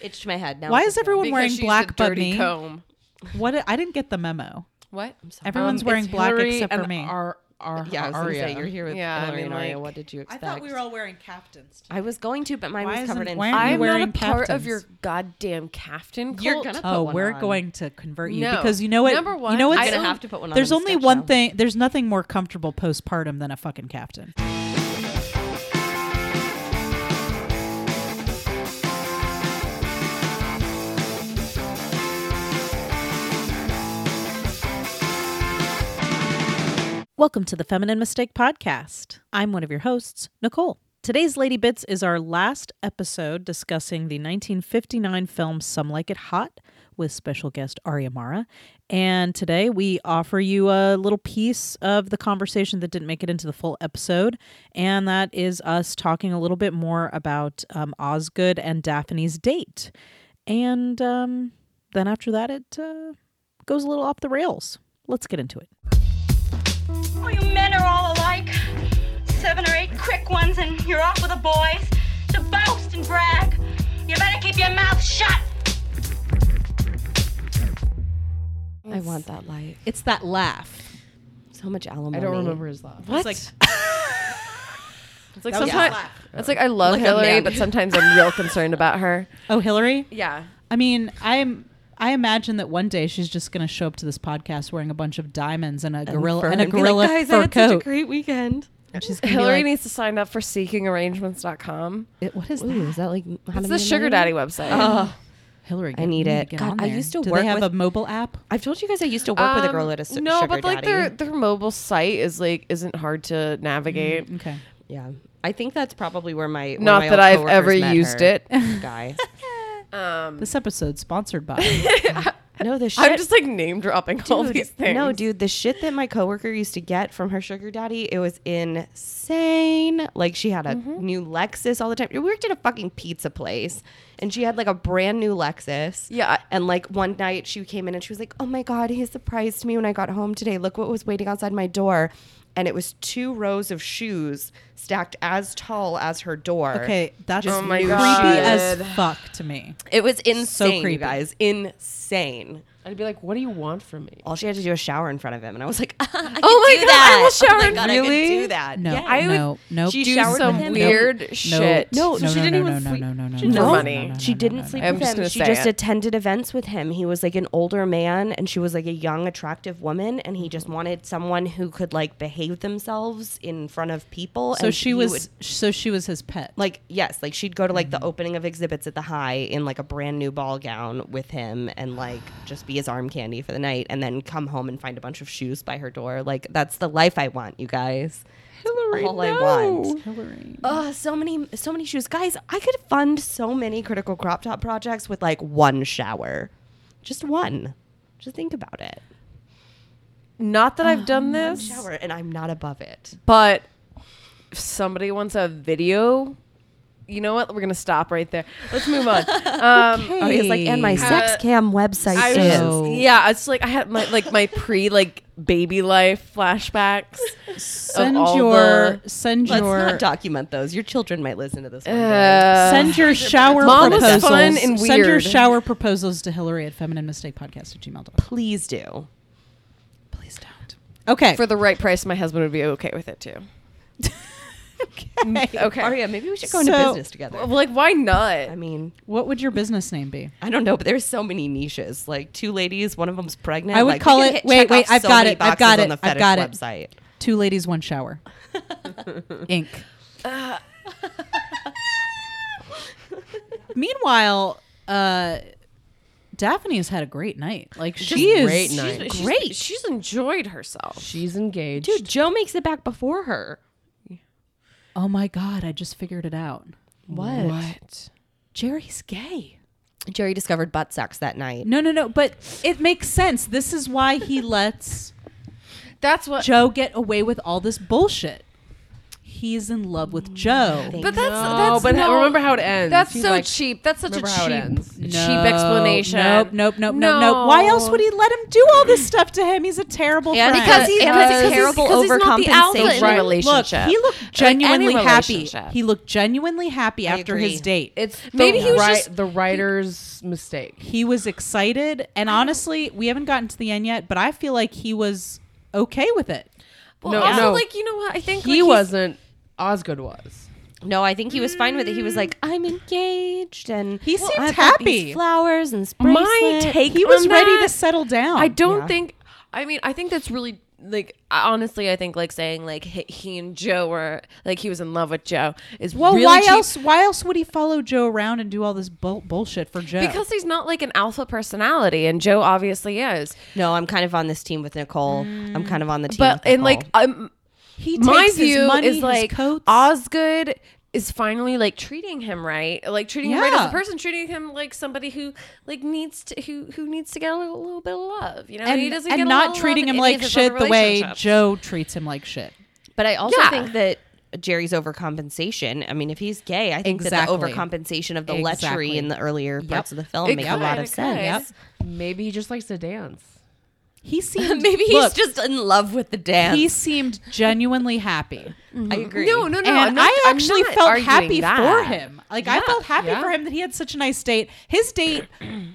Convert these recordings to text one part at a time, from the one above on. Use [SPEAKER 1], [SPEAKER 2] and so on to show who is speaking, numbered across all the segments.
[SPEAKER 1] itched my head. Now
[SPEAKER 2] Why
[SPEAKER 1] it's
[SPEAKER 2] is
[SPEAKER 1] okay.
[SPEAKER 2] everyone wearing
[SPEAKER 3] she's
[SPEAKER 2] black
[SPEAKER 3] the
[SPEAKER 2] but
[SPEAKER 3] dirty
[SPEAKER 2] me?
[SPEAKER 3] comb.
[SPEAKER 2] What I didn't get the memo.
[SPEAKER 3] What?
[SPEAKER 2] Everyone's wearing
[SPEAKER 4] Um, it's
[SPEAKER 2] black
[SPEAKER 4] Hillary
[SPEAKER 2] except for
[SPEAKER 4] and
[SPEAKER 2] me.
[SPEAKER 4] Ar- Ar-
[SPEAKER 1] Yeah, I was going to
[SPEAKER 4] Aria.
[SPEAKER 1] say, you're here with
[SPEAKER 3] Yeah, I
[SPEAKER 1] Hillary
[SPEAKER 3] mean,
[SPEAKER 1] and Aria.
[SPEAKER 3] like-
[SPEAKER 1] what did you
[SPEAKER 2] I
[SPEAKER 1] expect?
[SPEAKER 2] thought we were all wearing captains.
[SPEAKER 1] I was going to, but mine
[SPEAKER 2] Why
[SPEAKER 1] was
[SPEAKER 2] isn't-
[SPEAKER 1] covered in.
[SPEAKER 2] why aren't you
[SPEAKER 3] I'm not a
[SPEAKER 2] wearing
[SPEAKER 3] part of
[SPEAKER 2] caftans?
[SPEAKER 3] your goddamn caftan cult.
[SPEAKER 1] You're gonna- I'll
[SPEAKER 2] Oh,
[SPEAKER 1] put one
[SPEAKER 2] we're
[SPEAKER 1] on.
[SPEAKER 2] going to convert you
[SPEAKER 3] No.
[SPEAKER 2] because you know what?
[SPEAKER 3] Number one,
[SPEAKER 2] you know
[SPEAKER 3] I'm
[SPEAKER 2] what's
[SPEAKER 1] I'm going
[SPEAKER 3] so-
[SPEAKER 1] to have to put one on.
[SPEAKER 2] There's
[SPEAKER 1] in the
[SPEAKER 2] only
[SPEAKER 1] sketch
[SPEAKER 2] one
[SPEAKER 1] show.
[SPEAKER 2] thing. There's nothing more comfortable postpartum than a fucking captain. Welcome to the Feminine Mistake Podcast. I'm one of your hosts, Nicole. Today's Lady Bits is our last episode discussing the 1959 film Some Like It Hot with special guest Arya Mara. And today we offer you a little piece of the conversation that didn't make it into the full episode. And that is us talking a little bit more about um, Osgood and Daphne's date. And um, then after that, it uh, goes a little off the rails. Let's get into it.
[SPEAKER 5] Oh, you men are all alike. Seven or eight quick ones, and you're off with the boys to boast and brag. You better keep your mouth shut.
[SPEAKER 1] I want that light.
[SPEAKER 2] It's that laugh.
[SPEAKER 1] So much alimony.
[SPEAKER 4] I don't remember his laugh.
[SPEAKER 3] What?
[SPEAKER 2] It's
[SPEAKER 3] It's like
[SPEAKER 1] That was
[SPEAKER 3] sometimes
[SPEAKER 1] slap.
[SPEAKER 3] it's like I love
[SPEAKER 1] Like a
[SPEAKER 3] Hillary,
[SPEAKER 1] man.
[SPEAKER 3] but sometimes I'm real concerned about her.
[SPEAKER 2] Oh, Hillary?
[SPEAKER 3] Yeah.
[SPEAKER 2] I mean, I'm I imagine that one day she's just going to show up to this podcast wearing a bunch of diamonds and a gorilla
[SPEAKER 1] Fur
[SPEAKER 2] and a
[SPEAKER 1] be like,
[SPEAKER 2] gorilla
[SPEAKER 1] Guys, I
[SPEAKER 2] fur
[SPEAKER 1] had
[SPEAKER 2] coat.
[SPEAKER 1] such a great weekend.
[SPEAKER 2] and she's gonna be
[SPEAKER 3] Hillary
[SPEAKER 2] like,
[SPEAKER 3] needs to sign up for seekingarrangements.com.
[SPEAKER 2] "It- what is
[SPEAKER 1] Ooh,
[SPEAKER 2] that?
[SPEAKER 1] is that like how
[SPEAKER 3] It's
[SPEAKER 1] to
[SPEAKER 3] the
[SPEAKER 1] Be a
[SPEAKER 3] sugar
[SPEAKER 1] Millionaire?
[SPEAKER 3] daddy website.
[SPEAKER 2] Hillary,
[SPEAKER 1] I
[SPEAKER 2] you
[SPEAKER 1] need
[SPEAKER 2] to
[SPEAKER 1] it.
[SPEAKER 2] get
[SPEAKER 1] God,
[SPEAKER 2] on
[SPEAKER 1] I
[SPEAKER 2] there.
[SPEAKER 1] used to
[SPEAKER 2] Do
[SPEAKER 1] work
[SPEAKER 2] they have
[SPEAKER 1] with-
[SPEAKER 2] a mobile app?
[SPEAKER 1] I've told you guys I used to work with a
[SPEAKER 3] Um,
[SPEAKER 1] girl that is
[SPEAKER 3] no,
[SPEAKER 1] sugar
[SPEAKER 3] but like
[SPEAKER 1] daddy.
[SPEAKER 3] their their mobile site is like isn't hard to navigate.
[SPEAKER 2] Okay.
[SPEAKER 1] Yeah, I think that's probably where my where
[SPEAKER 3] Not
[SPEAKER 1] my
[SPEAKER 3] that
[SPEAKER 1] old
[SPEAKER 3] I've
[SPEAKER 1] coworkers
[SPEAKER 3] ever
[SPEAKER 1] met
[SPEAKER 3] used
[SPEAKER 1] her,
[SPEAKER 3] it.
[SPEAKER 1] Guy,
[SPEAKER 2] This episode's sponsored by.
[SPEAKER 1] no, the shit.
[SPEAKER 3] I'm just like name dropping all
[SPEAKER 1] Dude,
[SPEAKER 3] these things.
[SPEAKER 1] No, dude, the shit that my coworker used to get from her sugar daddy, it was insane. Like she had a new Lexus all the time. We worked at a fucking pizza place, and she had like a brand new Lexus.
[SPEAKER 3] Yeah, I-
[SPEAKER 1] And like one night she came in and she was like, "Oh my god, he surprised me when I got home today. Look what was waiting outside my door." And it was two rows of shoes stacked as tall as her door.
[SPEAKER 2] Okay, that's
[SPEAKER 3] Oh my
[SPEAKER 2] creepy
[SPEAKER 3] God.
[SPEAKER 2] as fuck to me.
[SPEAKER 1] It was insane,
[SPEAKER 2] creepy.
[SPEAKER 1] you guys. Insane.
[SPEAKER 4] I'd be like, what do you want from me?
[SPEAKER 1] All she had to do was shower in front of him, and I was like, I could do
[SPEAKER 3] Oh my God, I
[SPEAKER 1] that.
[SPEAKER 3] will shower
[SPEAKER 1] oh my
[SPEAKER 3] in-
[SPEAKER 1] God, I
[SPEAKER 3] really?
[SPEAKER 1] could do that.
[SPEAKER 2] No,
[SPEAKER 1] Yeah.
[SPEAKER 2] no, no.
[SPEAKER 1] She
[SPEAKER 3] do
[SPEAKER 1] showered
[SPEAKER 3] some
[SPEAKER 1] with him.
[SPEAKER 3] weird
[SPEAKER 2] No,
[SPEAKER 3] shit.
[SPEAKER 2] No,
[SPEAKER 4] No, so
[SPEAKER 2] no,
[SPEAKER 4] she
[SPEAKER 2] no,
[SPEAKER 4] didn't
[SPEAKER 2] no,
[SPEAKER 4] even
[SPEAKER 2] no,
[SPEAKER 4] sleep-
[SPEAKER 2] no, no, no,
[SPEAKER 4] she didn't
[SPEAKER 2] no,
[SPEAKER 3] for
[SPEAKER 2] no,
[SPEAKER 3] money.
[SPEAKER 2] no, no,
[SPEAKER 1] She
[SPEAKER 2] no,
[SPEAKER 1] didn't
[SPEAKER 2] no,
[SPEAKER 1] sleep
[SPEAKER 2] no.
[SPEAKER 3] I'm
[SPEAKER 1] with
[SPEAKER 3] just
[SPEAKER 1] him.
[SPEAKER 3] gonna
[SPEAKER 1] She
[SPEAKER 3] say
[SPEAKER 1] just
[SPEAKER 3] it.
[SPEAKER 1] attended events with him. He was like an older man and she was like a young, attractive woman, and he
[SPEAKER 2] Mm-hmm.
[SPEAKER 1] just wanted someone who could like behave themselves in front of people.
[SPEAKER 2] So
[SPEAKER 1] and
[SPEAKER 2] she
[SPEAKER 1] he
[SPEAKER 2] was.
[SPEAKER 1] would-
[SPEAKER 2] so she was his pet.
[SPEAKER 1] like, yes, like she'd go to like the opening of exhibits at the high in like a brand new ball gown with him and like just be his arm candy for the night and then come home and find a bunch of shoes by her door. Like, that's the life I want, you guys. Hillary, all I want.
[SPEAKER 2] Hillary.
[SPEAKER 1] Oh, so many, so many shoes, guys! I could fund so many critical crop top projects with like one shower, just one. Just think about it.
[SPEAKER 3] Not that I've
[SPEAKER 2] Oh,
[SPEAKER 3] done this,
[SPEAKER 1] Shower, and I'm not above it.
[SPEAKER 3] but if somebody wants a video. You know what? We're gonna stop right there. Let's move on. Um,
[SPEAKER 1] Oh, it's like, and my sex cam website
[SPEAKER 3] I was
[SPEAKER 1] is.
[SPEAKER 2] So-
[SPEAKER 3] just- yeah, it's like I had my like my pre like baby life flashbacks.
[SPEAKER 2] send
[SPEAKER 3] all
[SPEAKER 2] your send
[SPEAKER 1] Let's
[SPEAKER 2] your
[SPEAKER 1] not document those. Your children might listen to this. One day.
[SPEAKER 3] Uh,
[SPEAKER 2] send your shower
[SPEAKER 3] Mom was
[SPEAKER 2] proposals.
[SPEAKER 3] fun and
[SPEAKER 2] Send your
[SPEAKER 3] weird.
[SPEAKER 2] shower proposals to Hillary at feminine mistake podcast at gmail.com.
[SPEAKER 1] Please do.
[SPEAKER 2] Please don't. Okay.
[SPEAKER 3] for the right price, my husband would be okay with it too.
[SPEAKER 2] okay.
[SPEAKER 3] Okay,
[SPEAKER 1] Aria, maybe we should go into
[SPEAKER 2] So-
[SPEAKER 1] business together.
[SPEAKER 3] Well, like why not?
[SPEAKER 1] I mean,
[SPEAKER 2] What would your business name be?
[SPEAKER 1] I don't know, but there's so many niches. Like two ladies, one of them's pregnant.
[SPEAKER 2] I would
[SPEAKER 1] Like, we
[SPEAKER 2] call
[SPEAKER 1] could
[SPEAKER 2] it-
[SPEAKER 1] hit-
[SPEAKER 2] wait,
[SPEAKER 1] check
[SPEAKER 2] wait,
[SPEAKER 1] off
[SPEAKER 2] I've
[SPEAKER 1] so
[SPEAKER 2] got
[SPEAKER 1] many
[SPEAKER 2] it, I've
[SPEAKER 1] boxes
[SPEAKER 2] got
[SPEAKER 1] on
[SPEAKER 2] it,
[SPEAKER 1] the
[SPEAKER 2] I've
[SPEAKER 1] fetish
[SPEAKER 2] got it.
[SPEAKER 1] Website.
[SPEAKER 2] Two ladies, one shower. Inc. Meanwhile, uh, Daphne's had a great night. Like she is
[SPEAKER 4] great night.
[SPEAKER 3] She's- she's-
[SPEAKER 2] great.
[SPEAKER 3] She's, enjoyed herself.
[SPEAKER 4] She's engaged.
[SPEAKER 1] Dude, Joe makes it back before her.
[SPEAKER 2] oh my god! I just figured it out.
[SPEAKER 1] What?
[SPEAKER 4] What?
[SPEAKER 2] Jerry's gay.
[SPEAKER 1] Jerry discovered butt sex that night.
[SPEAKER 2] No, no, no. But it makes sense. This is why he lets
[SPEAKER 3] That's what
[SPEAKER 2] Joe get away with all this bullshit. he's in love
[SPEAKER 3] Mm,
[SPEAKER 2] with Joe.
[SPEAKER 1] Thank
[SPEAKER 3] But that's
[SPEAKER 6] Oh,
[SPEAKER 3] that's
[SPEAKER 6] but
[SPEAKER 3] no,
[SPEAKER 6] remember how it ends.
[SPEAKER 3] that's
[SPEAKER 6] He's
[SPEAKER 3] so
[SPEAKER 6] like,
[SPEAKER 3] cheap. That's such a
[SPEAKER 6] remember how it
[SPEAKER 3] cheap
[SPEAKER 6] ends.
[SPEAKER 3] cheap
[SPEAKER 2] No,
[SPEAKER 3] explanation.
[SPEAKER 2] Nope, nope, nope, nope, nope. Why else would he let him do all this stuff to him? He's a terrible
[SPEAKER 3] And
[SPEAKER 2] friend.
[SPEAKER 1] because he's
[SPEAKER 3] he-
[SPEAKER 1] because he's
[SPEAKER 3] because-
[SPEAKER 1] terrible
[SPEAKER 3] because he's not the alpha in
[SPEAKER 1] overcompensation.
[SPEAKER 3] the Right.
[SPEAKER 2] Look,
[SPEAKER 3] relationship.
[SPEAKER 2] he looked
[SPEAKER 3] In any
[SPEAKER 2] genuinely happy.
[SPEAKER 3] relationship.
[SPEAKER 2] He looked genuinely happy after
[SPEAKER 1] agree.
[SPEAKER 2] his date.
[SPEAKER 6] It's the
[SPEAKER 3] Maybe he was
[SPEAKER 6] wri-
[SPEAKER 3] just-
[SPEAKER 6] the writer's mistake.
[SPEAKER 2] he was excited, and honestly, we haven't gotten to the end yet, but I feel like he was okay with it.
[SPEAKER 3] Well,
[SPEAKER 6] No,
[SPEAKER 3] also,
[SPEAKER 6] no.
[SPEAKER 3] like you know what? I think
[SPEAKER 6] He
[SPEAKER 3] like, he's-
[SPEAKER 6] wasn't. Osgood was.
[SPEAKER 1] No, I think he was fine with it. He was like, "I'm engaged," and
[SPEAKER 2] Mm. He seems
[SPEAKER 1] I've got these
[SPEAKER 2] happy.
[SPEAKER 1] flowers and
[SPEAKER 3] My
[SPEAKER 1] bracelet.
[SPEAKER 3] take
[SPEAKER 2] He was
[SPEAKER 3] on
[SPEAKER 2] ready
[SPEAKER 3] that-
[SPEAKER 2] to settle down.
[SPEAKER 3] I don't
[SPEAKER 1] Yeah.
[SPEAKER 3] think. I mean, I think that's really like I- honestly. I think like saying like he, he and Joe were like he was in love with Joe is
[SPEAKER 2] Well,
[SPEAKER 3] really
[SPEAKER 2] why
[SPEAKER 3] cheap
[SPEAKER 2] else? Why else would he follow Joe around and do all this bull- bullshit for Joe?
[SPEAKER 3] because he's not like an alpha personality, and Joe obviously is.
[SPEAKER 1] No, I'm kind of on this team with Nicole. I'm
[SPEAKER 2] Mm.
[SPEAKER 1] kind of on the team.
[SPEAKER 3] But
[SPEAKER 1] with
[SPEAKER 3] and
[SPEAKER 1] Nicole.
[SPEAKER 3] like um,
[SPEAKER 2] he
[SPEAKER 3] my
[SPEAKER 2] takes his
[SPEAKER 3] view
[SPEAKER 2] money,
[SPEAKER 3] is
[SPEAKER 2] his
[SPEAKER 3] like
[SPEAKER 2] coats.
[SPEAKER 3] Osgood is finally like treating him right, like treating him right as
[SPEAKER 2] Yeah.
[SPEAKER 3] a person, treating him like somebody who like needs to who who needs to get a little, little bit of love. You know,
[SPEAKER 2] and,
[SPEAKER 3] he doesn't
[SPEAKER 2] and
[SPEAKER 3] get a lot of
[SPEAKER 2] not
[SPEAKER 3] love
[SPEAKER 2] treating
[SPEAKER 3] in
[SPEAKER 2] him
[SPEAKER 3] any
[SPEAKER 2] like
[SPEAKER 3] of his
[SPEAKER 2] shit
[SPEAKER 3] other
[SPEAKER 2] the way
[SPEAKER 3] relationships.
[SPEAKER 2] Joe treats him like shit.
[SPEAKER 1] but I also
[SPEAKER 3] Yeah.
[SPEAKER 1] think that Jerry's overcompensation. I mean, if he's gay, I think
[SPEAKER 2] Exactly.
[SPEAKER 1] that the overcompensation of the
[SPEAKER 2] Exactly.
[SPEAKER 1] lechery in the earlier parts of the film
[SPEAKER 3] It
[SPEAKER 1] make
[SPEAKER 3] could,
[SPEAKER 1] a lot
[SPEAKER 3] it
[SPEAKER 1] of sense.
[SPEAKER 3] could.
[SPEAKER 6] Maybe he just likes to dance.
[SPEAKER 2] He seemed
[SPEAKER 1] Maybe he's
[SPEAKER 2] look,
[SPEAKER 1] just in love with the dance.
[SPEAKER 2] he seemed genuinely happy,
[SPEAKER 1] I agree.
[SPEAKER 3] No, no,
[SPEAKER 2] and
[SPEAKER 3] no. I'm not,
[SPEAKER 2] I
[SPEAKER 3] I'm
[SPEAKER 2] actually
[SPEAKER 3] not
[SPEAKER 2] felt
[SPEAKER 3] arguing
[SPEAKER 2] happy
[SPEAKER 3] that.
[SPEAKER 2] for him. Like I
[SPEAKER 3] Yeah,
[SPEAKER 2] felt happy
[SPEAKER 6] yeah.
[SPEAKER 2] for him that he had such a nice date. His date,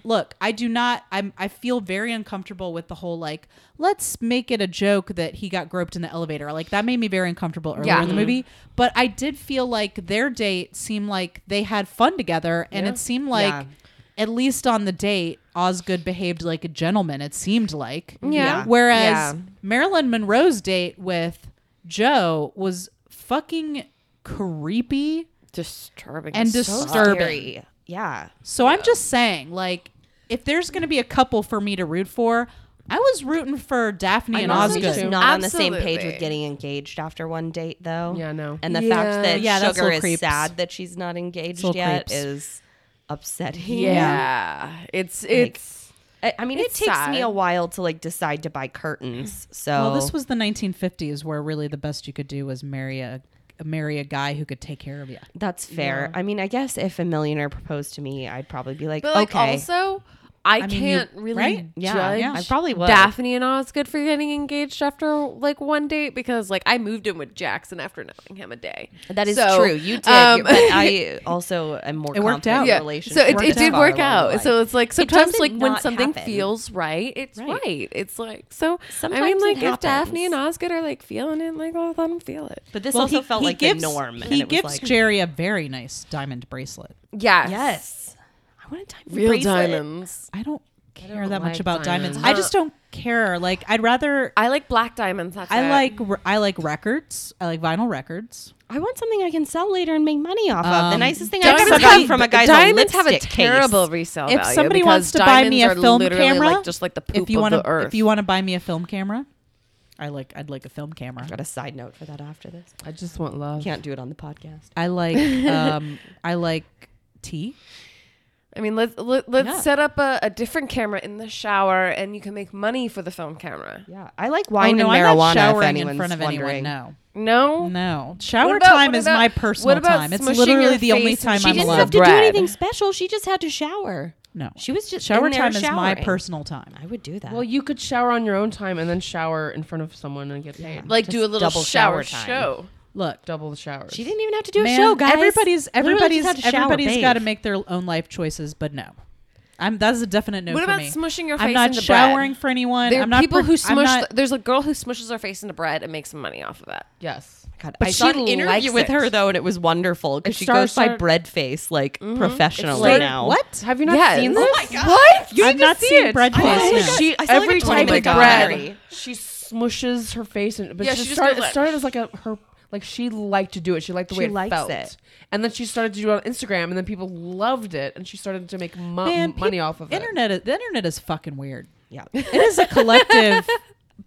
[SPEAKER 2] look, I do not. I'm. I feel very uncomfortable with the whole like. Let's make it a joke that he got groped in the elevator. Like that made me very uncomfortable earlier
[SPEAKER 3] Yeah.
[SPEAKER 2] in the movie. But I did feel like their date seemed like they had fun together, and it seemed like.
[SPEAKER 1] Yeah.
[SPEAKER 2] At least on the date, Osgood behaved like a gentleman, it seemed like.
[SPEAKER 1] Yeah.
[SPEAKER 2] Whereas
[SPEAKER 1] Yeah.
[SPEAKER 2] Marilyn Monroe's date with Joe was fucking creepy.
[SPEAKER 3] Disturbing
[SPEAKER 2] And
[SPEAKER 3] as
[SPEAKER 2] dis-
[SPEAKER 3] fuck.
[SPEAKER 2] disturbing.
[SPEAKER 1] Scary. Yeah.
[SPEAKER 2] So I'm just saying, like, if there's going to be a couple for me to root for, I was rooting for Daphne and
[SPEAKER 1] I'm also
[SPEAKER 2] Osgood.
[SPEAKER 1] just not on the same page
[SPEAKER 3] Absolutely.
[SPEAKER 1] with getting engaged after one date, though.
[SPEAKER 6] Yeah, no.
[SPEAKER 1] And the
[SPEAKER 3] Yeah.
[SPEAKER 1] fact that
[SPEAKER 2] Yeah, that's
[SPEAKER 1] Sugar
[SPEAKER 2] little
[SPEAKER 1] is
[SPEAKER 2] creeps.
[SPEAKER 1] sad that she's not engaged
[SPEAKER 2] little
[SPEAKER 1] yet
[SPEAKER 2] creeps.
[SPEAKER 1] is upsetting.
[SPEAKER 3] yeah, it's it's
[SPEAKER 1] I, I mean,
[SPEAKER 3] It's
[SPEAKER 1] it takes me
[SPEAKER 3] sad.
[SPEAKER 1] a while to like decide to buy curtains. So
[SPEAKER 2] Well, this was the 1950s, where really the best you could do was marry a marry a guy who could take care of you.
[SPEAKER 1] that's fair. I mean, I guess if a millionaire proposed to me, I'd probably be like,
[SPEAKER 3] but like
[SPEAKER 1] okay.
[SPEAKER 3] also I,
[SPEAKER 2] mean, you-
[SPEAKER 3] can't really
[SPEAKER 2] right?
[SPEAKER 1] Yeah,
[SPEAKER 3] judge
[SPEAKER 1] yeah. I probably would.
[SPEAKER 3] Daphne and Osgood for getting engaged after like one date because like I moved in with Jackson after knowing him a day.
[SPEAKER 1] that is
[SPEAKER 3] So,
[SPEAKER 1] true. You did,
[SPEAKER 3] um,
[SPEAKER 1] but I also am more.
[SPEAKER 2] It worked
[SPEAKER 1] confident
[SPEAKER 2] out.
[SPEAKER 1] in
[SPEAKER 3] yeah.
[SPEAKER 1] relationships
[SPEAKER 3] So it,
[SPEAKER 1] than
[SPEAKER 3] it did
[SPEAKER 1] far
[SPEAKER 3] work
[SPEAKER 1] along in
[SPEAKER 3] out.
[SPEAKER 1] life.
[SPEAKER 3] So it's like sometimes
[SPEAKER 1] doesn't
[SPEAKER 3] like when
[SPEAKER 1] not
[SPEAKER 3] something
[SPEAKER 1] happen.
[SPEAKER 3] feels right, it's right.
[SPEAKER 1] Right.
[SPEAKER 3] It's like so. I mean,
[SPEAKER 1] Sometimes
[SPEAKER 3] like
[SPEAKER 1] it
[SPEAKER 3] if Daphne
[SPEAKER 1] happens.
[SPEAKER 3] and Osgood are like feeling it, like well, let them feel it.
[SPEAKER 1] but this also felt like the norm. and
[SPEAKER 2] He
[SPEAKER 1] it was
[SPEAKER 2] gives
[SPEAKER 1] like,
[SPEAKER 2] Jerry a very nice diamond bracelet.
[SPEAKER 3] Yes.
[SPEAKER 1] yes. I want a diamond
[SPEAKER 3] Real
[SPEAKER 1] bracelet.
[SPEAKER 3] diamonds.
[SPEAKER 2] I don't care that much
[SPEAKER 6] like
[SPEAKER 2] about diamonds.
[SPEAKER 6] diamonds.
[SPEAKER 2] I just don't care. Like I'd rather
[SPEAKER 3] I like black diamonds. That's
[SPEAKER 2] I
[SPEAKER 3] it.
[SPEAKER 2] like r- I like records. I like vinyl records.
[SPEAKER 1] I want something I can sell later and make money off of. The
[SPEAKER 2] Um,
[SPEAKER 1] nicest thing I've ever
[SPEAKER 2] diamonds
[SPEAKER 1] gotten
[SPEAKER 2] have-
[SPEAKER 1] from a guy's
[SPEAKER 3] diamonds
[SPEAKER 1] a
[SPEAKER 3] have a
[SPEAKER 1] lipstick
[SPEAKER 3] terrible
[SPEAKER 1] case.
[SPEAKER 3] resale
[SPEAKER 2] if
[SPEAKER 3] value
[SPEAKER 2] somebody
[SPEAKER 3] because
[SPEAKER 2] wants to buy me
[SPEAKER 3] diamonds
[SPEAKER 2] a
[SPEAKER 3] are
[SPEAKER 2] film
[SPEAKER 3] literally,
[SPEAKER 2] camera,
[SPEAKER 3] like, just like the poop
[SPEAKER 2] if you
[SPEAKER 3] of
[SPEAKER 2] wanna,
[SPEAKER 3] the earth.
[SPEAKER 2] if you want to buy me a film camera, I like I'd like a film camera.
[SPEAKER 1] Got a side note for that after this.
[SPEAKER 6] I just want love.
[SPEAKER 1] Can't do it on the podcast.
[SPEAKER 2] I like um I like tea.
[SPEAKER 3] I mean, let's let, let's
[SPEAKER 2] Yeah.
[SPEAKER 3] set up a, a different camera in the shower, and you can make money for the film camera.
[SPEAKER 1] Yeah, I like wine
[SPEAKER 2] oh, no,
[SPEAKER 1] and
[SPEAKER 2] I'm
[SPEAKER 1] marijuana.
[SPEAKER 2] not
[SPEAKER 1] If
[SPEAKER 2] showering
[SPEAKER 1] anyone's
[SPEAKER 2] in front of
[SPEAKER 1] wondering,
[SPEAKER 2] anyone.
[SPEAKER 3] No,
[SPEAKER 2] No, no. Shower
[SPEAKER 3] about-
[SPEAKER 2] time
[SPEAKER 3] what
[SPEAKER 2] is
[SPEAKER 3] about-
[SPEAKER 2] my
[SPEAKER 3] what
[SPEAKER 2] personal
[SPEAKER 3] about
[SPEAKER 2] time. It's
[SPEAKER 3] smushing
[SPEAKER 2] literally
[SPEAKER 3] your
[SPEAKER 2] the only
[SPEAKER 3] face in
[SPEAKER 2] time
[SPEAKER 3] cheese?
[SPEAKER 1] she
[SPEAKER 2] I'm
[SPEAKER 1] didn't
[SPEAKER 2] allowed.
[SPEAKER 1] have to do
[SPEAKER 3] Bread.
[SPEAKER 1] anything special. She just had to shower.
[SPEAKER 2] no,
[SPEAKER 1] She was just
[SPEAKER 2] shower
[SPEAKER 1] in there
[SPEAKER 2] time is my
[SPEAKER 1] showering.
[SPEAKER 2] personal time.
[SPEAKER 1] I would do that.
[SPEAKER 6] Well, you could shower on your own time and then shower in front of someone and get paid.
[SPEAKER 3] like do a little
[SPEAKER 1] double shower
[SPEAKER 3] shower,
[SPEAKER 1] time.
[SPEAKER 3] show.
[SPEAKER 2] Look,
[SPEAKER 6] Double the showers.
[SPEAKER 1] she didn't even have to do
[SPEAKER 2] man,
[SPEAKER 1] a show, guys.
[SPEAKER 2] Everybody's
[SPEAKER 1] Literally
[SPEAKER 2] everybody's
[SPEAKER 1] just had to shower,
[SPEAKER 2] everybody's
[SPEAKER 1] bathe.
[SPEAKER 2] got to make their own life choices, but no. I'm that's a definite no
[SPEAKER 3] What
[SPEAKER 2] for
[SPEAKER 3] about
[SPEAKER 2] me.
[SPEAKER 3] smushing your
[SPEAKER 2] I'm
[SPEAKER 3] face
[SPEAKER 2] not
[SPEAKER 3] into bread?
[SPEAKER 2] showering for anyone.
[SPEAKER 3] There
[SPEAKER 2] I'm
[SPEAKER 3] are
[SPEAKER 2] not
[SPEAKER 3] people
[SPEAKER 2] per-
[SPEAKER 3] who
[SPEAKER 2] I'm
[SPEAKER 3] smush.
[SPEAKER 2] not-
[SPEAKER 3] there's a girl who smushes her face into bread and makes some money off of that.
[SPEAKER 6] Yes.
[SPEAKER 1] God,
[SPEAKER 3] But
[SPEAKER 1] I saw
[SPEAKER 3] she
[SPEAKER 1] an
[SPEAKER 3] likes
[SPEAKER 1] interview with
[SPEAKER 3] it.
[SPEAKER 1] her though, and it was wonderful because
[SPEAKER 6] It
[SPEAKER 1] she
[SPEAKER 6] starts-
[SPEAKER 1] goes by
[SPEAKER 6] start-
[SPEAKER 1] bread face like professionally
[SPEAKER 2] Wait,
[SPEAKER 1] now.
[SPEAKER 2] What?
[SPEAKER 6] Have you not
[SPEAKER 3] Yes.
[SPEAKER 6] seen
[SPEAKER 3] Oh
[SPEAKER 6] this?
[SPEAKER 3] my God. What?
[SPEAKER 6] You
[SPEAKER 2] I've
[SPEAKER 6] need
[SPEAKER 2] not
[SPEAKER 6] to see
[SPEAKER 2] seen
[SPEAKER 6] it.
[SPEAKER 2] bread
[SPEAKER 1] Oh my
[SPEAKER 2] face.
[SPEAKER 1] God.
[SPEAKER 6] She,
[SPEAKER 1] I saw, like, a
[SPEAKER 6] every type of
[SPEAKER 1] documentary.
[SPEAKER 6] bread, she smushes her face, in, but
[SPEAKER 3] Yeah,
[SPEAKER 6] she,
[SPEAKER 3] she just
[SPEAKER 6] started,
[SPEAKER 3] goes
[SPEAKER 6] it
[SPEAKER 3] like-
[SPEAKER 6] started as like a her like she liked to do it. She liked the way
[SPEAKER 1] She
[SPEAKER 6] it
[SPEAKER 1] likes
[SPEAKER 6] felt,
[SPEAKER 1] it.
[SPEAKER 6] and then she started to do it on Instagram, and then people loved it, and she started to make mo-
[SPEAKER 2] Man,
[SPEAKER 6] money
[SPEAKER 2] peop-
[SPEAKER 6] off of it.
[SPEAKER 2] internet, is- the internet is fucking weird.
[SPEAKER 1] Yeah.
[SPEAKER 2] It is a collective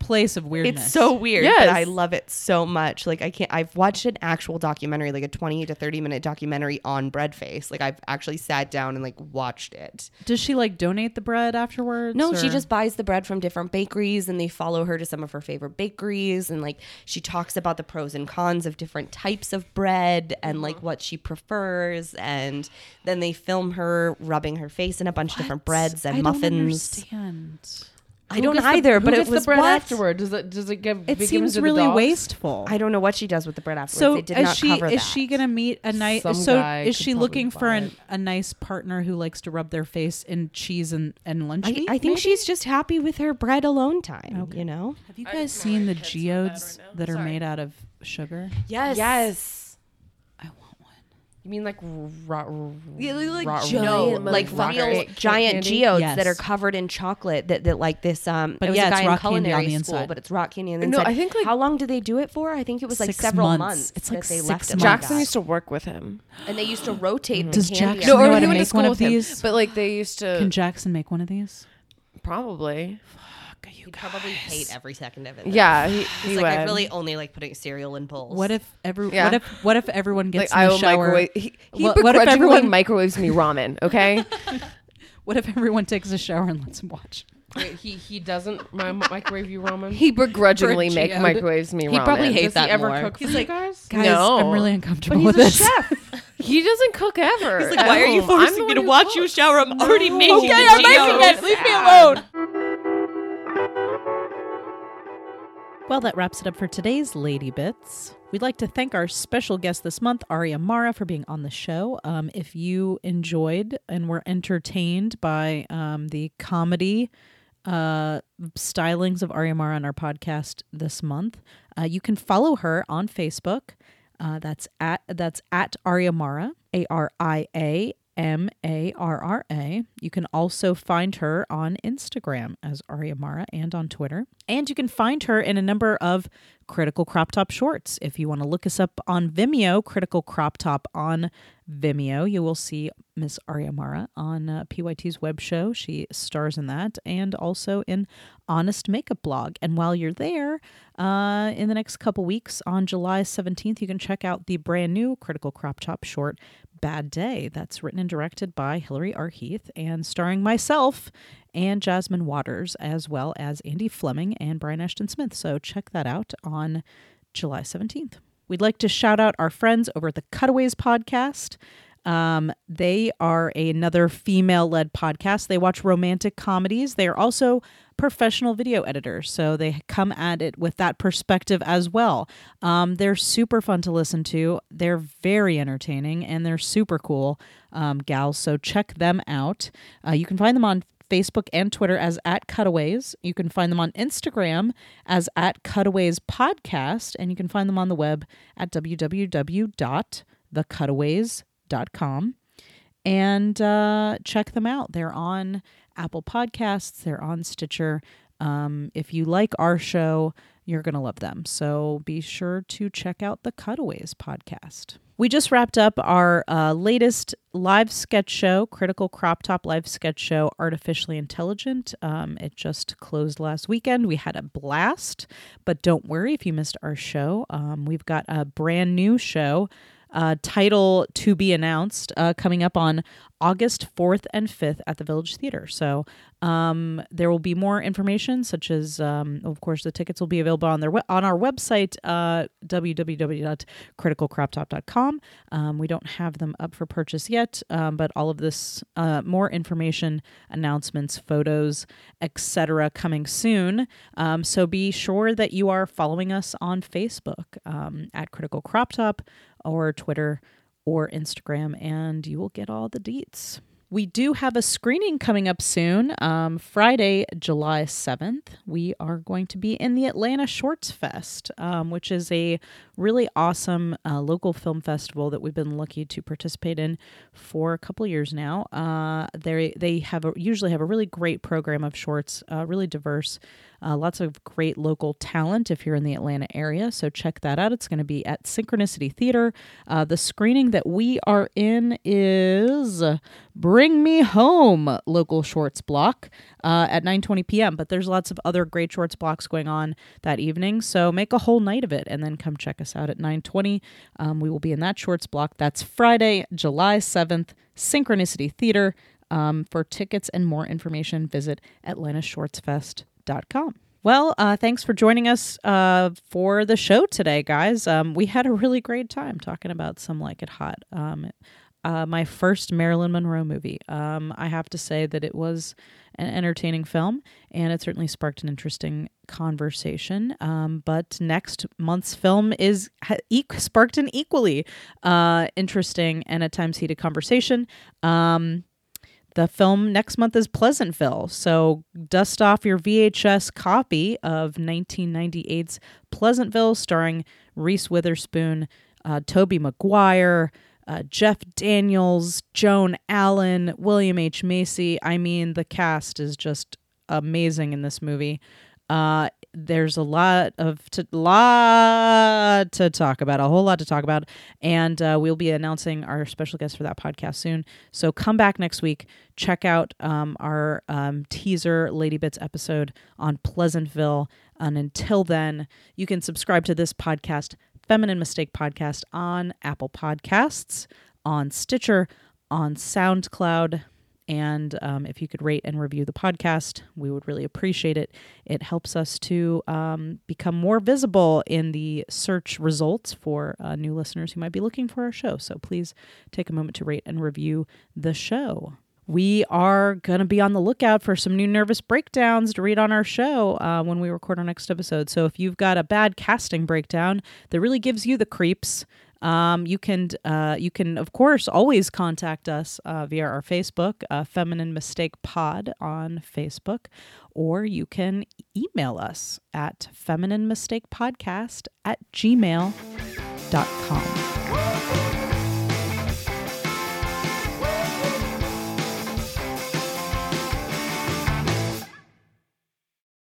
[SPEAKER 7] place of weirdness.
[SPEAKER 1] It's so weird,
[SPEAKER 6] Yes.
[SPEAKER 1] but I love it so much. Like I can't. I've watched an actual documentary, like a twenty to thirty minute documentary on breadface. Like I've actually sat down and like watched it.
[SPEAKER 7] Does she like donate the bread afterwards?
[SPEAKER 1] No, she
[SPEAKER 7] or-
[SPEAKER 1] just buys the bread from different bakeries, and they follow her to some of her favorite bakeries, and like she talks about the pros and cons of different types of bread and like
[SPEAKER 7] Mm-hmm.
[SPEAKER 1] what she prefers, and then they film her rubbing her face in a bunch of different breads and
[SPEAKER 7] I don't
[SPEAKER 1] muffins.
[SPEAKER 7] understand.
[SPEAKER 1] I don't
[SPEAKER 6] Who gets the-
[SPEAKER 1] either,
[SPEAKER 6] who
[SPEAKER 1] but
[SPEAKER 6] gets
[SPEAKER 1] it was
[SPEAKER 6] the bread
[SPEAKER 1] what?
[SPEAKER 6] afterward. Does it does it give?
[SPEAKER 7] It
[SPEAKER 6] be given
[SPEAKER 7] seems
[SPEAKER 6] to the
[SPEAKER 7] really
[SPEAKER 6] dogs?
[SPEAKER 7] wasteful.
[SPEAKER 1] I don't know what she does with the bread afterwards.
[SPEAKER 7] so
[SPEAKER 1] it did
[SPEAKER 7] is
[SPEAKER 1] not
[SPEAKER 7] she
[SPEAKER 1] cover
[SPEAKER 7] is
[SPEAKER 1] that.
[SPEAKER 7] she gonna meet a nice?
[SPEAKER 6] Some
[SPEAKER 7] So
[SPEAKER 6] guy
[SPEAKER 7] is
[SPEAKER 6] could
[SPEAKER 7] she looking
[SPEAKER 6] probably
[SPEAKER 7] for
[SPEAKER 6] buy
[SPEAKER 7] an,
[SPEAKER 6] it.
[SPEAKER 7] a nice partner who likes to rub their face in cheese and and lunch
[SPEAKER 1] I,
[SPEAKER 7] meat?
[SPEAKER 1] I think she's just happy with her bread alone time, you know?
[SPEAKER 7] Have you guys seen the geodes that are made out of sugar?
[SPEAKER 3] Yes.
[SPEAKER 6] Yes.
[SPEAKER 7] I want one.
[SPEAKER 6] You mean like ra- ra-
[SPEAKER 1] like
[SPEAKER 6] ra-
[SPEAKER 3] giant
[SPEAKER 6] ra-
[SPEAKER 1] like
[SPEAKER 6] rock-
[SPEAKER 1] real
[SPEAKER 6] rock-
[SPEAKER 1] giant
[SPEAKER 6] candy?
[SPEAKER 1] geodes
[SPEAKER 7] Yes.
[SPEAKER 1] that are covered in chocolate that, that like this um
[SPEAKER 7] But
[SPEAKER 1] it was
[SPEAKER 7] yeah,
[SPEAKER 1] a
[SPEAKER 7] it's
[SPEAKER 1] guy in
[SPEAKER 7] rock candy on
[SPEAKER 1] culinary
[SPEAKER 7] the
[SPEAKER 1] school,
[SPEAKER 7] inside.
[SPEAKER 1] but it's rock candy on the
[SPEAKER 3] No,
[SPEAKER 1] inside.
[SPEAKER 3] I think, like-
[SPEAKER 1] how long did they do it for? I think it was like
[SPEAKER 7] Six
[SPEAKER 1] several
[SPEAKER 7] months.
[SPEAKER 1] months.
[SPEAKER 7] It's, like,
[SPEAKER 1] that they
[SPEAKER 7] six
[SPEAKER 1] left it
[SPEAKER 7] months.
[SPEAKER 1] like
[SPEAKER 3] Jackson
[SPEAKER 1] that.
[SPEAKER 3] used to work with him.
[SPEAKER 1] and they used to rotate
[SPEAKER 7] Does
[SPEAKER 1] the candy
[SPEAKER 7] Jackson
[SPEAKER 1] out.
[SPEAKER 7] know
[SPEAKER 3] or
[SPEAKER 7] how
[SPEAKER 3] he
[SPEAKER 7] to
[SPEAKER 3] went to
[SPEAKER 7] make one
[SPEAKER 3] school
[SPEAKER 7] of
[SPEAKER 3] with him.
[SPEAKER 7] these?
[SPEAKER 3] But like they used
[SPEAKER 6] Uh,
[SPEAKER 3] to
[SPEAKER 7] Can Jackson make one of these?
[SPEAKER 3] probably.
[SPEAKER 1] He'd probably hate every second of it.
[SPEAKER 3] Yeah, he,
[SPEAKER 1] He's
[SPEAKER 3] he
[SPEAKER 1] like I
[SPEAKER 3] would.
[SPEAKER 1] really only like putting cereal in bowls.
[SPEAKER 7] What if every
[SPEAKER 3] Yeah.
[SPEAKER 7] what if what if everyone
[SPEAKER 3] like
[SPEAKER 7] gets
[SPEAKER 3] I
[SPEAKER 7] in the
[SPEAKER 3] will
[SPEAKER 7] shower?
[SPEAKER 3] microwave. He, he
[SPEAKER 7] what, what
[SPEAKER 3] begrudgingly
[SPEAKER 7] if everyone
[SPEAKER 3] microwaves me ramen. Okay,
[SPEAKER 7] what if everyone takes a shower and lets him watch?
[SPEAKER 6] Wait, he he doesn't mi- microwave you ramen.
[SPEAKER 3] he begrudgingly make
[SPEAKER 7] Geode.
[SPEAKER 3] microwaves me ramen.
[SPEAKER 1] he probably
[SPEAKER 6] Does
[SPEAKER 1] hates
[SPEAKER 6] he
[SPEAKER 1] that
[SPEAKER 6] ever
[SPEAKER 1] more.
[SPEAKER 6] cook for
[SPEAKER 1] He's
[SPEAKER 6] you
[SPEAKER 1] like,
[SPEAKER 6] guys?
[SPEAKER 7] Guys,
[SPEAKER 3] No.
[SPEAKER 7] I'm really uncomfortable with
[SPEAKER 6] he's a
[SPEAKER 7] this.
[SPEAKER 3] He doesn't cook ever.
[SPEAKER 1] He's like, why are you
[SPEAKER 3] Oh, I'm the
[SPEAKER 1] forcing me
[SPEAKER 3] one
[SPEAKER 1] to
[SPEAKER 3] who
[SPEAKER 1] watch
[SPEAKER 3] cooks."
[SPEAKER 1] you shower? I'm already making
[SPEAKER 3] Okay,
[SPEAKER 1] the
[SPEAKER 3] I'm
[SPEAKER 1] geodes.
[SPEAKER 3] making it. Leave me alone.
[SPEAKER 7] Well, that wraps it up for today's Lady Bits. We'd like to thank our special guest this month, Aria Mara, for being on the show. Um, if you enjoyed and were entertained by um, the comedy uh, stylings of Aria Mara on our podcast this month, uh, you can follow her on Facebook. Uh, that's at that's at Aria Mara, A R I A M A R R A. You can also find her on Instagram as Aria Mara and on Twitter. And you can find her in a number of Critical Crop Top shorts. If you want to look us up on Vimeo, Critical Crop Top on Vimeo, you will see Miss Aria Mara on uh, PYT's web show. She stars in that and also in Honest Makeup Blog. And while you're there, uh, in the next couple weeks, on July 17th, you can check out the brand new Critical Crop Top short, Bad Day, that's written and directed by Hilary R. Heath and starring myself and Jasmine Waters, as well as Andy Fleming and Brian Ashton Smith. So check that out on July 17th. We'd like to shout out our friends over at the Cutaways podcast. Um, they are another female led podcast. They watch romantic comedies. They are also professional video editors. So they come at it with that perspective as well. Um, they're super fun to listen to. They're very entertaining and they're super cool um, gals. So check them out. Uh, you can find them on Facebook and Twitter as at Cutaways. You can find them on Instagram as at Cutaways Podcast, and you can find them on the web at www.thecutaways.com. And uh, check them out. They're on Apple Podcasts, they're on Stitcher. Um, if you like our show, you're going to love them. So be sure to check out the Cutaways podcast. We just wrapped up our uh, latest live sketch show, Critical Crop Top Live Sketch Show, Artificially Intelligent. Um, it just closed last weekend. We had a blast, but don't worry if you missed our show. Um, we've got a brand new show uh, title to be announced uh, coming up on August 4th and 5th at the Village Theater. So um, there will be more information, such as, um, of course, the tickets will be available on their we- on our website, uh, www.criticalcroptop.com. Um, we don't have them up for purchase yet, um, but all of this, uh, more information, announcements, photos, etc., coming soon. Um, so be sure that you are following us on Facebook um, at Critical Crop Top or Twitter or Instagram, and you will get all the deets. We do have a screening coming up soon. Um, Friday, July 7th, we are going to be in the Atlanta Shorts Fest, um, which is a really awesome uh, local film festival that we've been lucky to participate in for a couple years now. Uh, they they have a, usually have a really great program of shorts, uh, really diverse, uh, lots of great local talent if you're in the Atlanta area. So check that out. It's going to be at Synchronicity Theater. Uh, the screening that we are in is Bring Me Home local shorts block uh, at 9:20 p.m. But there's lots of other great shorts blocks going on that evening, so make a whole night of it, and then come check us out at 9:20. Um, we will be in that shorts block. That's Friday, July 7th, Synchronicity Theater. Um, for tickets and more information, visit AtlantaShortsFest.com. Well, uh, thanks for joining us uh, for the show today, guys. Um, we had a really great time talking about Some Like It Hot. Um, uh, my first Marilyn Monroe movie. Um, I have to say that it was an entertaining film, and it certainly sparked an interesting conversation. Um, but next month's film is ha- e- sparked an equally uh, interesting and at times heated conversation. Um, the film next month is Pleasantville. So dust off your VHS copy of 1998's Pleasantville, starring Reese Witherspoon, uh, Toby Maguire, uh, Jeff Daniels, Joan Allen, William H. Macy. I mean, the cast is just amazing in this movie. Uh, there's a lot of to, lot to talk about, a whole lot to talk about, and uh, we'll be announcing our special guest for that podcast soon. So come back next week, check out um, our um, teaser Lady Bits episode on Pleasantville, and until then, you can subscribe to this podcast, Feminine Mistake Podcast, on Apple Podcasts, on Stitcher, on SoundCloud. And um, if you could rate and review the podcast, we would really appreciate it. It helps us to um, become more visible in the search results for uh, new listeners who might be looking for our show. So please take a moment to rate and review the show. We are going to be on the lookout for some new nervous breakdowns to read on our show uh, when we record our next episode. So if you've got a bad casting breakdown that really gives you the creeps, um, you can uh, you can of course always contact us uh, via our Facebook, uh, Feminine Mistake Pod on Facebook, or you can email us at femininemistakepodcast at gmail.com.